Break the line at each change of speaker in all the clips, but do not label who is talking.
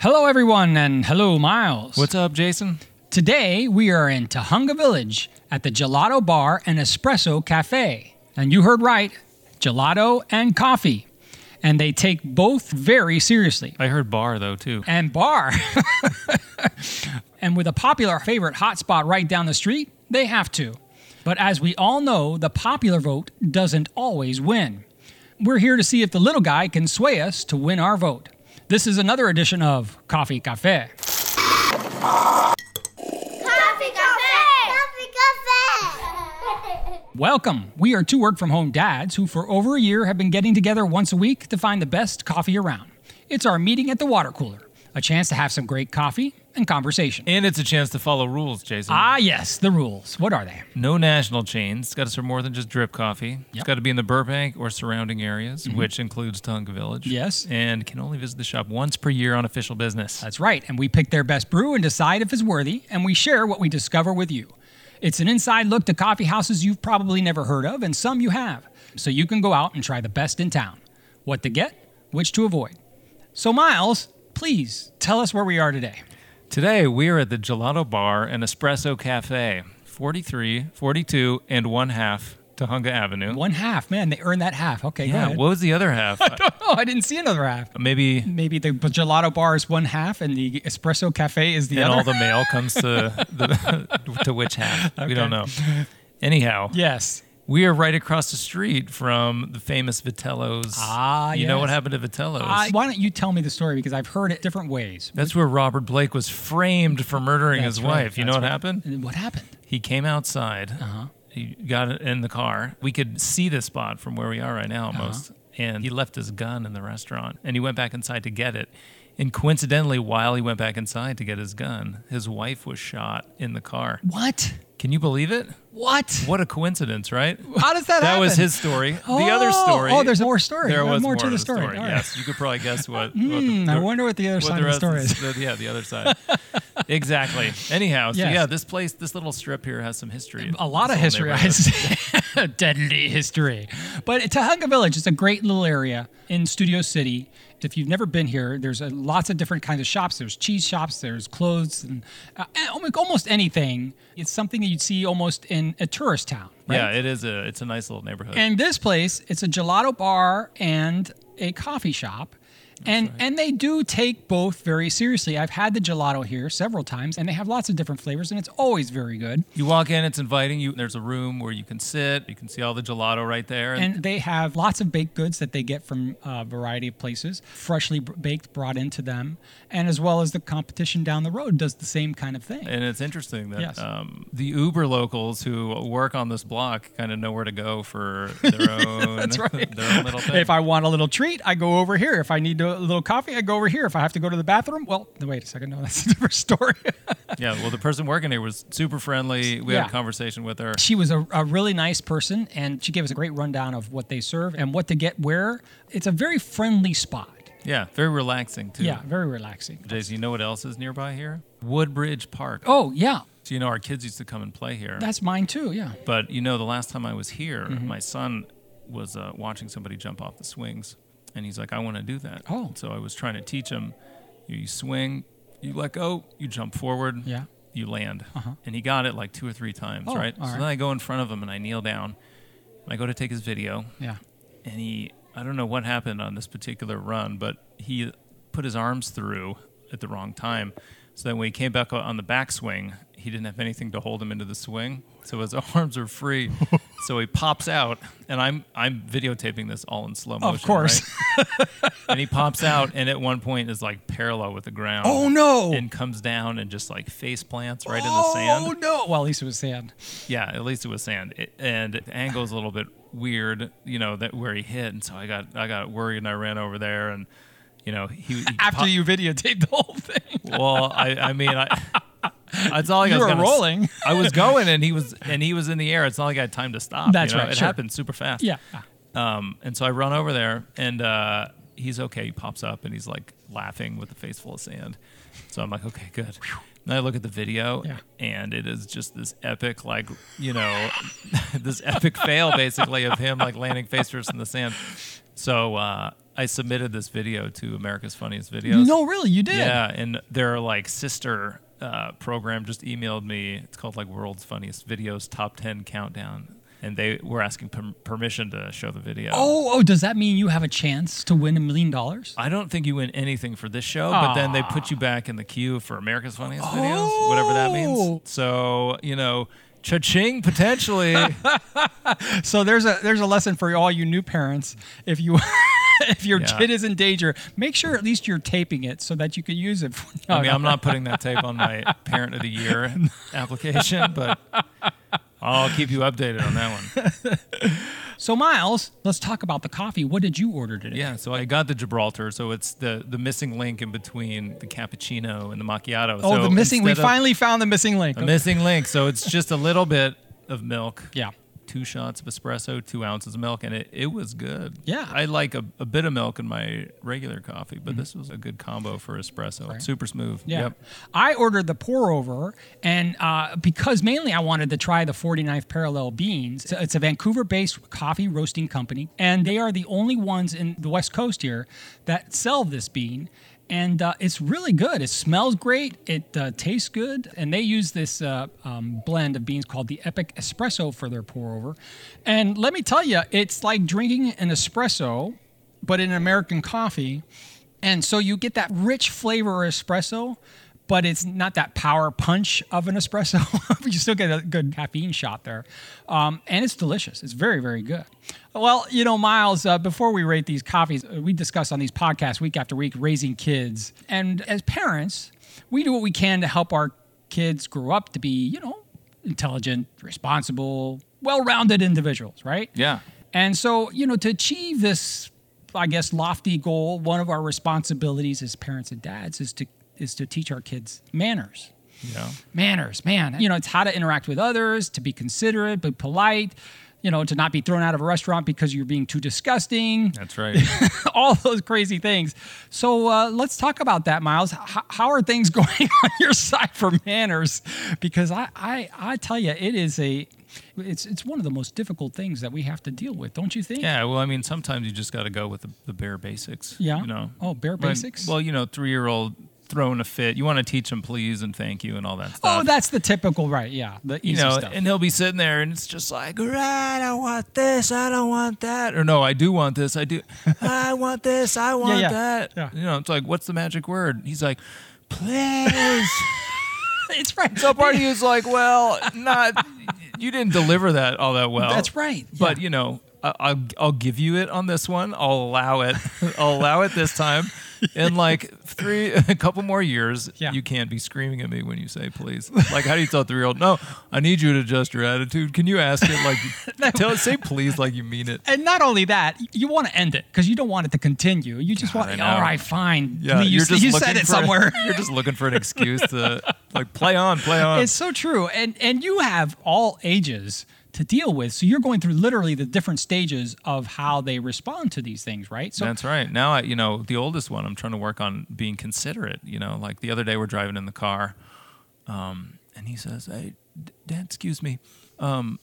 Hello, everyone, and hello, Miles.
What's up, Jason?
Today, we are in Tahunga Village at the Gelato Bar and Espresso Cafe. And you heard right gelato and coffee. And they take both very seriously.
I heard bar though too.
and bar. and with a popular favorite hotspot right down the street, they have to. But as we all know, the popular vote doesn't always win. We're here to see if the little guy can sway us to win our vote. This is another edition of Coffee Cafe.
Coffee Cafe! Coffee Cafe!
Welcome. We are two work from home dads who, for over a year, have been getting together once a week to find the best coffee around. It's our meeting at the water cooler, a chance to have some great coffee and conversation.
And it's a chance to follow rules, Jason.
ah, yes, the rules. What are they?
no national chains. It's got to serve more than just drip coffee. It's
Yep. Mm-hmm.
got to be in the Burbank or surrounding areas, which includes Tonka Village.
Yes.
And can only visit the shop once per year on official business. Uh,
That's right. And we pick their best brew and decide if it's worthy, and we share what we discover with you. It's an inside look to coffee houses you've probably never heard of, and some you have. So you can go out and try the best in town. What to get, which to avoid. So, Miles, please tell us where we are today.
Today, we are at the Gelato Bar and Espresso Cafe, 43, 42, and one half Tahunga Avenue.
One half, man, they earned that half. Okay, go
yeah,
ahead.
what was the other half? Uh,
Oh, I didn't see another half.
Maybe
Maybe the gelato bar is one half and the espresso cafe is the
and
other.
all the mail comes to, the, to which half? We don't know. Anyhow.
yes.
We are right across the street from the famous Vitello's.
Ah,
You know what
yes.
happened to Vitello's?
I- why don't you tell me the story because I've heard it different ways.
That's where Robert Blake was framed for murdering
That's
his
right,
wife. You know
that's
what
right.
happened?
What happened?
He came outside. Uh-huh. He got in the car. We could see this spot from where we are right now almost.
Uh-huh.
And he left his gun in the restaurant and he went back inside to get it. And coincidentally, while he went back inside to get his gun, his wife was shot in the car.
What?
Can you believe it?
What?
What a coincidence, right?
How does that,
that
happen?
was his story. the
Oh,
other story.
oh, there's more story.
There
There's
was
more
more
to
of
the story. All right.
Yes, you could probably guess what.
Hmm,
what
I wonder what the other side of the
rest
story is.
the- yeah, the other side. exactly. Anyhow, so
Yes.
yeah, this place, this little strip here has some history.
A lot of
This whole
history, I
neighborhood.
say. Deadly history. But Tahunga Village is a great little area in Studio City. If you've never been here, there's uh, lots of different kinds of shops. There's cheese shops, there's clothes, and uh, and almo- almost anything. It's something that you'd see almost in a tourist town. Right?
Yeah, it is a it's a nice little neighborhood.
And this place, it's a gelato bar and a coffee shop. And and they do take both very seriously. I've had the gelato here several times and they have lots of different flavors and it's always very good.
you walk in, it's inviting you. There's a room where you can sit. You can see all the gelato right there.
And they have lots of baked goods that they get from a variety of places, freshly b- baked brought into them, and as well as the competition down the road does the same kind of thing.
And it's interesting that
Yes.
um, the Uber locals who work on this block kind of know where to go for their own, their own little thing.
If I want a little treat, I go over here. If I need a little coffee, I go over here. If I have to go to the bathroom, well, no, wait a second, no, that's a different story.
yeah, well, the person working here was super friendly. We had
Yeah.
a conversation with her.
she was a, a really nice person and she gave us a great rundown of what they serve and what to get where it's a very friendly spot
Yeah, very relaxing too.
yeah very relaxing
Jason, you know what else is nearby here? Woodbridge Park.
oh yeah
So you know our kids used to come and play here.
that's mine too yeah
but you know, the last time I was here,
Mm-hmm.
my son was uh, watching somebody jump off the swings, and he's like, "I want to do that."
Oh.
So I was trying to teach him: you, you swing, you let go, you jump forward,
Yeah. Uh-huh.
you land, and he got it like two or three times,
Oh,
right?
all
so
right.
then I go in front of him and I kneel down. And I go to take his video,
yeah
and he I don't know what happened on this particular run, but he put his arms through at the wrong time. So then when he came back on the backswing, he didn't have anything to hold him into the swing. So his arms are free. so he pops out and I'm I'm videotaping this all in slow motion.
course.
right? and he pops out and at one point is like parallel with the ground.
Oh, no.
And comes down and just like face plants right in the sand.
oh no well at least it was sand
Yeah, at least it was sand, it, and the angle's a little bit weird, you know, that where he hit, and so I got I got worried and I ran over there, and you know he, he
after
pop-
you videotaped the whole thing
Well, I I mean I. That's all like
You
I was
were
gonna s-
rolling.
I was going, and he was and he was in the air. It's not like I had time to stop.
That's
you know?
right,
It
sure.
happened super fast.
yeah
Um, and so I run over there, and uh, he's okay. He pops up, and he's like laughing with a face full of sand. So I'm like, okay, good. And I look at the video,
Yeah.
and it is just this epic, like you know, this epic fail basically of him like landing face first in the sand. So uh, I submitted this video to America's Funniest Videos.
No, really, you did.
Yeah, and their like sister uh, program just emailed me. It's called like World's Funniest Videos Top 10 Countdown, and they were asking per- permission to show the video.
Oh, oh, does that mean you have a chance to win a million dollars?
I don't think you win anything for this show, but then they put you back in the queue for America's Funniest Videos, whatever that
Oh.
means. So you know, cha-ching potentially.
Oh, So there's a there's a lesson for all you new parents. If you if your
Yeah.
kid is in danger, make sure at least you're taping it so that you can use it. For,
I mean, I'm not putting that tape on my Parent of the Year application, but I'll keep you updated on that one.
so Miles, let's talk about the coffee. What did you order today?
Yeah, so I got the Gibraltar, so it's the the missing link in between the cappuccino and the macchiato.
Oh,
so
the missing. We
instead of-
finally found the missing link.
the missing link. So it's just a little bit of milk.
Yeah.
Two shots of espresso, two ounces of milk, and it, it was good.
Yeah. Mm-hmm.
I like a, a bit of milk in my regular coffee, but this was a good combo for espresso. Super smooth.
Yeah.
Yep.
I ordered the pour over, and uh, because mainly I wanted to try the 49th Parallel Beans, It's a- it's a Vancouver based coffee roasting company, and they are the only ones in the West Coast here that sell this bean. And uh, it's really good. It smells great. It uh, tastes good. And they use this uh, um, blend of beans called the Epic Espresso for their pour over. And let me tell you, it's like drinking an espresso, but in American coffee. And so you get that rich flavor of espresso, but it's not that power punch of an espresso. you still get a good caffeine shot there. Um, and it's delicious. It's very, very good. Well, you know, Miles, uh, before we rate these coffees, uh, we discuss on these podcasts week after week raising kids. And as parents, we do what we can to help our kids grow up to be, you know, intelligent, responsible, well rounded individuals, right?
Yeah.
And so, you know, to achieve this, I guess, lofty goal, one of our responsibilities as parents and dads is to is to teach our kids manners.
Yeah.
Manners, man. You know, it's how to interact with others, to be considerate, but polite, you know, to not be thrown out of a restaurant because you're being too disgusting,
That's right.
all those crazy things. So uh, let's talk about that, Miles. H- how are things going on your side for manners? Because I, I, I tell you, it is a, it's, it's one of the most difficult things that we have to deal with, don't you think?
yeah. Well, I mean, sometimes you just got to go with the, the bare basics.
Yeah.
You know.
Oh, bare
When-
basics?
well, you know, three year old throwing a fit. You want to teach them please and thank you and all that stuff.
Oh, that's the typical, right? Yeah, the easy
you know,
stuff.
and he'll be sitting there, and it's just like, all right, I want this, I don't want that, or no, I do want this, I do, I want this, I want
yeah.
that.
Yeah.
You know, it's like, what's the magic word? He's like, please.
it's right.
so part of you is like, well, not, you didn't deliver that all that well.
That's right,
But
yeah.
you know, I, I'll I'll give you it on this one. I'll allow it. I'll allow it this time. In like three, a couple more years,
Yeah.
you can't be screaming at me when you say please. Like, how do you tell a three-year-old? No, I need you to adjust your attitude. Can you ask it like, you tell it, say please like you mean it.
and not only that, you want to end it because you don't want it to continue. You just
God,
want,
I know.
all right, fine.
Yeah,
you,
you're just
you
looking
said it
for-
somewhere.
You're just looking for an excuse to like play on, play on.
It's so true. And and you have all ages to deal with. So you're going through literally the different stages of how they respond to these things, right? So
That's right. Now, I, you know, the oldest one, I'm trying to work on being considerate. You know, like the other day we're driving in the car, um, and he says, "Hey, D- Dad, excuse me, um,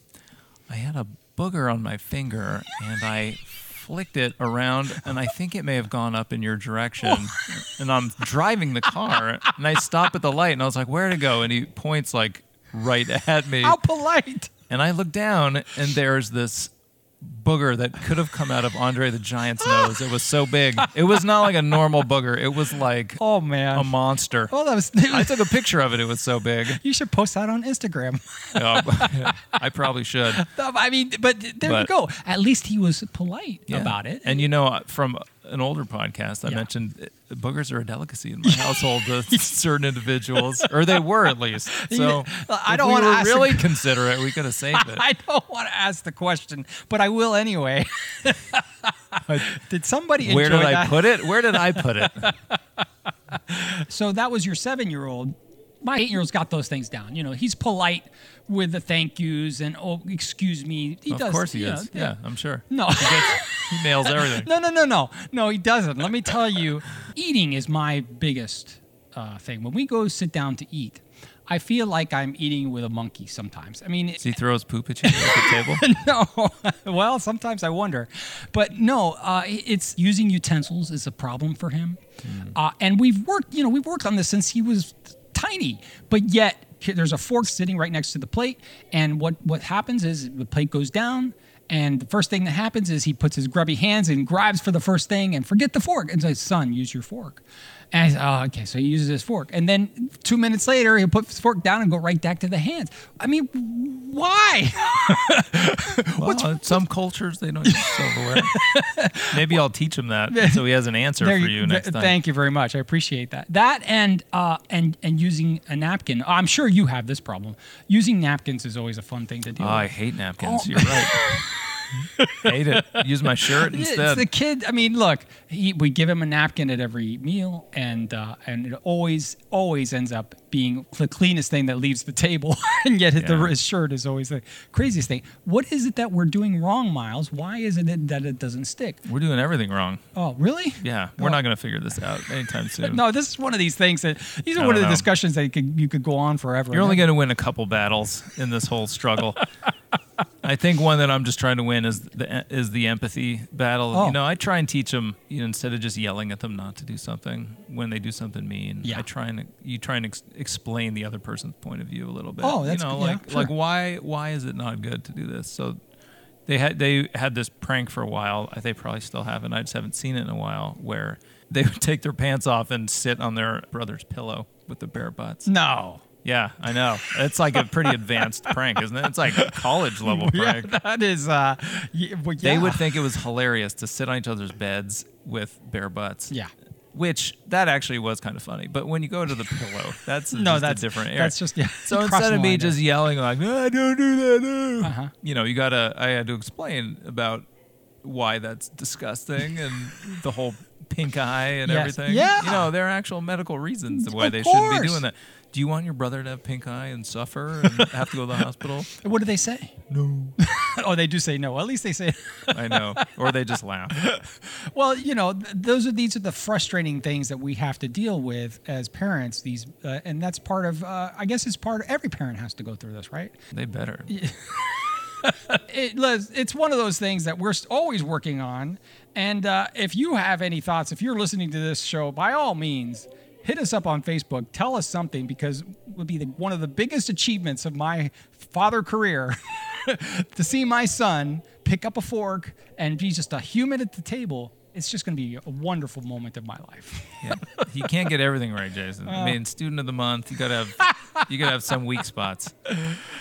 I had a booger on my finger, and I." flicked it around and i think it may have gone up in your direction and i'm driving the car and i stop at the light and i was like where to go and he points like right at me
how polite.
and I look down, and there's this booger that could have come out of Andre the Giant's nose. It was so big. It was not like a normal booger. It was like
Oh man.
a monster.
oh, that was.
Um, I took a picture of it. It was so big.
you should post that on Instagram.
Oh, I probably should.
I mean, but there you
But-
go. At least he was polite
Yeah.
about it.
And you know, from an older podcast, I
Yeah.
mentioned uh, boogers are a delicacy in my household to certain individuals, or they were at least. So
I
if
don't
we
wanna
were
ask a-
really considerate. We could have saved it.
I don't want to ask the question, but I will anyway. did somebody
Where
enjoy
did I
that?
put it? Where did I put it?
So that was your seven year old. My eight year old's got those things down. You know, he's polite with the thank yous and oh, excuse me. He
of
does.
course he
you know,
is. Yeah, I'm sure.
No.
He nails everything.
no, no, no, no, no. He doesn't. Let me tell you, eating is my biggest uh, thing. When we go sit down to eat, I feel like I'm eating with a monkey sometimes. I mean,
Does he throw his poop at you at the table?
no. well, sometimes I wonder, but no. Uh, it's using utensils is a problem for him, uh, and we've worked. You know, we've worked on this since he was tiny, but yet here- there's a fork sitting right next to the plate, and what what happens is the plate goes down. And the first thing that happens is he puts his grubby hands and grabs for the first thing and forget the fork and says, "Son, use your fork." And I said, "Oh, okay." So he uses his fork, and then two minutes later, he'll put his fork down and go right back to the hands. I mean, why?
well, in some cultures they don't use silverware. Maybe I'll teach him that so he has an answer
There
for
you-
you next
th-
time.
Thank you very much. I appreciate that. That and uh, and and using a napkin. I'm sure you have this problem. Using napkins is always a fun thing to do.
Oh, I hate napkins.
Oh.
You're right. hate it. Use my shirt
it's
instead.
the kid. I mean, look, he, we give him a napkin at every meal, and uh, and it always always ends up being the cleanest thing that leaves the table, and yet the,
Yeah.
his shirt is always the craziest thing. What is it that we're doing wrong, Miles? Why is it that it doesn't stick?
We're doing everything wrong.
Oh, really?
Yeah, we're not going to figure this out anytime soon.
No, this is one of these things that these are
I
one of
don't
the
know.
discussions that you could, you could go on forever.
You're
and
only
ever.
going to win a couple battles in this whole struggle. I think one that I'm just trying to win is the is the empathy battle.
Oh.
You know, I try and teach them you know, instead of just yelling at them not to do something when they do something mean.
Yeah.
I try and you try and ex- explain the other person's point of view a little bit.
Oh, that's
you know,
good. Yeah,
like
sure.
like why why is it not good to do this? So they had they had this prank for a while. I- They probably still have, not I just haven't seen it in a while. Where they would take their pants off and sit on their brother's pillow with their bare butts.
No.
Yeah, I know. It's like a pretty advanced prank, isn't it? It's like a college level prank.
That is, uh, y- well,
They
yeah.
would think it was hilarious to sit on each other's beds with bare butts.
Yeah.
Which that actually was kind of funny. But when you go to the pillow, that's
No,
just
that's-
a different area.
that's just- yeah,
So
crossing
instead
the
of me
line there.
just yelling like, "Ah, don't do that, ah,"
Uh-huh.
you know, you gotta I had to explain about why that's disgusting and the whole pink eye and
Yes.
everything.
Yeah.
You know, there are actual medical reasons why
Of
they shouldn't be
course.
doing that. Do you want your brother to have pink eye and suffer and have to go to the hospital?
What do they say?
No.
oh, they do say no. At least they say.
I know. Or they just laugh.
well, you know, th- those are these are the frustrating things that we have to deal with as parents. These, uh, and that's part of. Uh, I guess it's part. Of, every parent has to go through this, right?
They better.
it, Liz, it's one of those things that we're s- always working on. And uh, if you have any thoughts, if you're listening to this show, by all means, hit us up on Facebook. Tell us something because it would be the, one of the biggest achievements of my father career to see my son pick up a fork and be just a human at the table. It's just going to be a wonderful moment of my life.
Yeah. You can't get everything right, Jason.
Uh.
I mean, student of the month, you gotta have you gotta have some weak spots.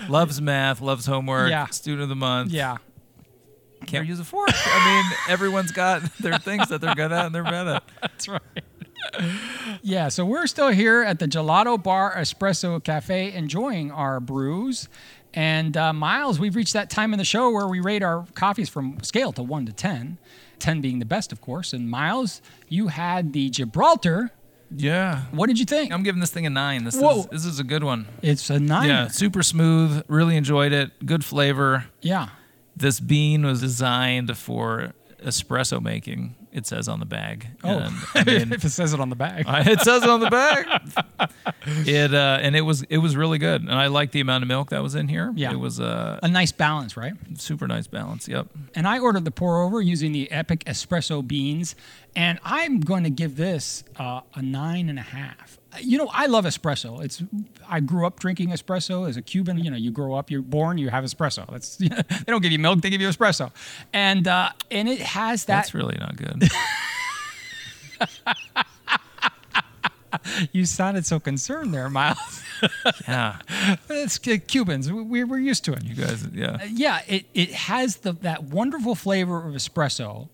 Loves math, loves homework,
Yeah.
student of the month.
Yeah.
Can't use a fork. I mean, everyone's got their things that they're good at and they're bad at.
That's right. yeah, so we're still here at the Gelato Bar Espresso Cafe enjoying our brews. And uh, Miles, we've reached that time in the show where we rate our coffees from scale to 1 to 10, 10 being the best, of course. And Miles, you had the Gibraltar.
Yeah.
What did you think?
I'm giving this thing a nine. This
Whoa.
is this is a good one.
it's a 9.
Yeah. Super smooth. Really enjoyed it. Good flavor.
Yeah.
This bean was designed for espresso making, it says on the bag.
Oh.
And, I mean,
if it says it on the bag.
I- it says it on the back. It uh, and it was it was really good, and I liked the amount of milk that was in here.
Yeah.
it was uh,
a nice balance, right?
super nice balance. Yep,
and I ordered the pour over using the Epic Espresso beans, and I'm going to give this uh, a nine and a half. You know, I love espresso. It's I grew up drinking espresso as a Cuban. You know, you grow up, you're born, you have espresso. That's they don't give you milk, they give you espresso, and uh, and it has that.
that's really not good.
you sounded so concerned there, Miles.
yeah,
it's Cubans. We, we're used to it.
you guys. Yeah,
yeah, it, it has the that wonderful flavor of espresso.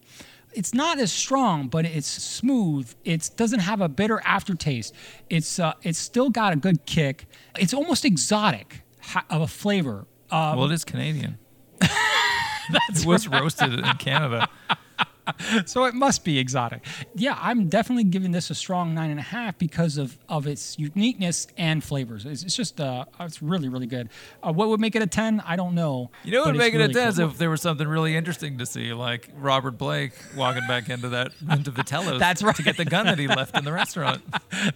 It's not as strong, but it's smooth. It doesn't have a bitter aftertaste. It's uh, it's still got a good kick. It's almost exotic ha- of a flavor. Uh,
Um, well, it is Canadian. that's it was roasted in Canada.
so it must be exotic. Yeah, I'm definitely giving this a strong nine and a half because of of its uniqueness and flavors. It's, it's just uh, it's really really good. Uh, what would make it a ten? I don't know.
You know what
but
would
it's
make it
really
a 10 is
cool.
if there was something really interesting to see, like Robert Blake walking back into that into Vitello's
That's
to get the gun that he left in the restaurant.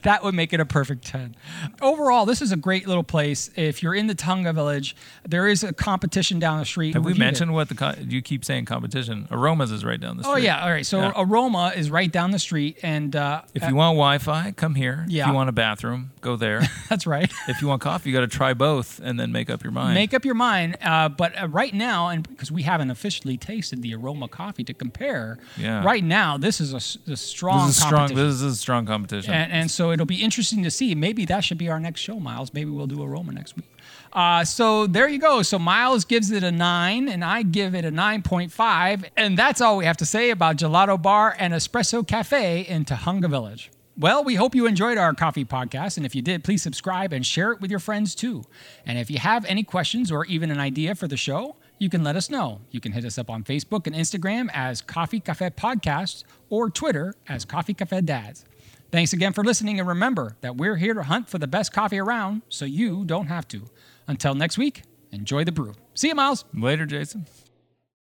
that would make it a perfect 10. Overall, this is a great little place. If you're in the Tonga village, there is a competition down the street.
Have we
Reviewed it.
mentioned what the co- you keep saying competition? Aromas is right down the street.
Oh, yeah. All right. So
Yeah.
Aroma is right down the street. And uh,
If you want Wi-Fi, come here.
Yeah.
If you want a bathroom, go there.
that's right.
if you want coffee, you got to try both and then make up your mind.
Make up your mind. Uh, but uh, right now, and because we haven't officially tasted the Aroma coffee to compare,
Yeah.
right now, this is a, s- a strong
this is strong.
competition. Uh,
This is strong competition.
And, and so it'll be interesting to see. Maybe that should be our next show, Miles. Maybe we'll do Aroma next week. Uh, so there you go. So Miles gives it a nine, and I give it a 9.5. And that's all we have to say about Gelato Bar and Espresso Cafe in Tahunga Village. Well, we hope you enjoyed our coffee podcast. And if you did, please subscribe and share it with your friends too. And if you have any questions or even an idea for the show, you can let us know. You can hit us up on Facebook and Instagram as Coffee Cafe Podcasts or Twitter as Coffee Cafe Dads. Thanks again for listening, and remember that we're here to hunt for the best coffee around so you don't have to. Until next week, enjoy the brew. See you, Miles.
Later, Jason.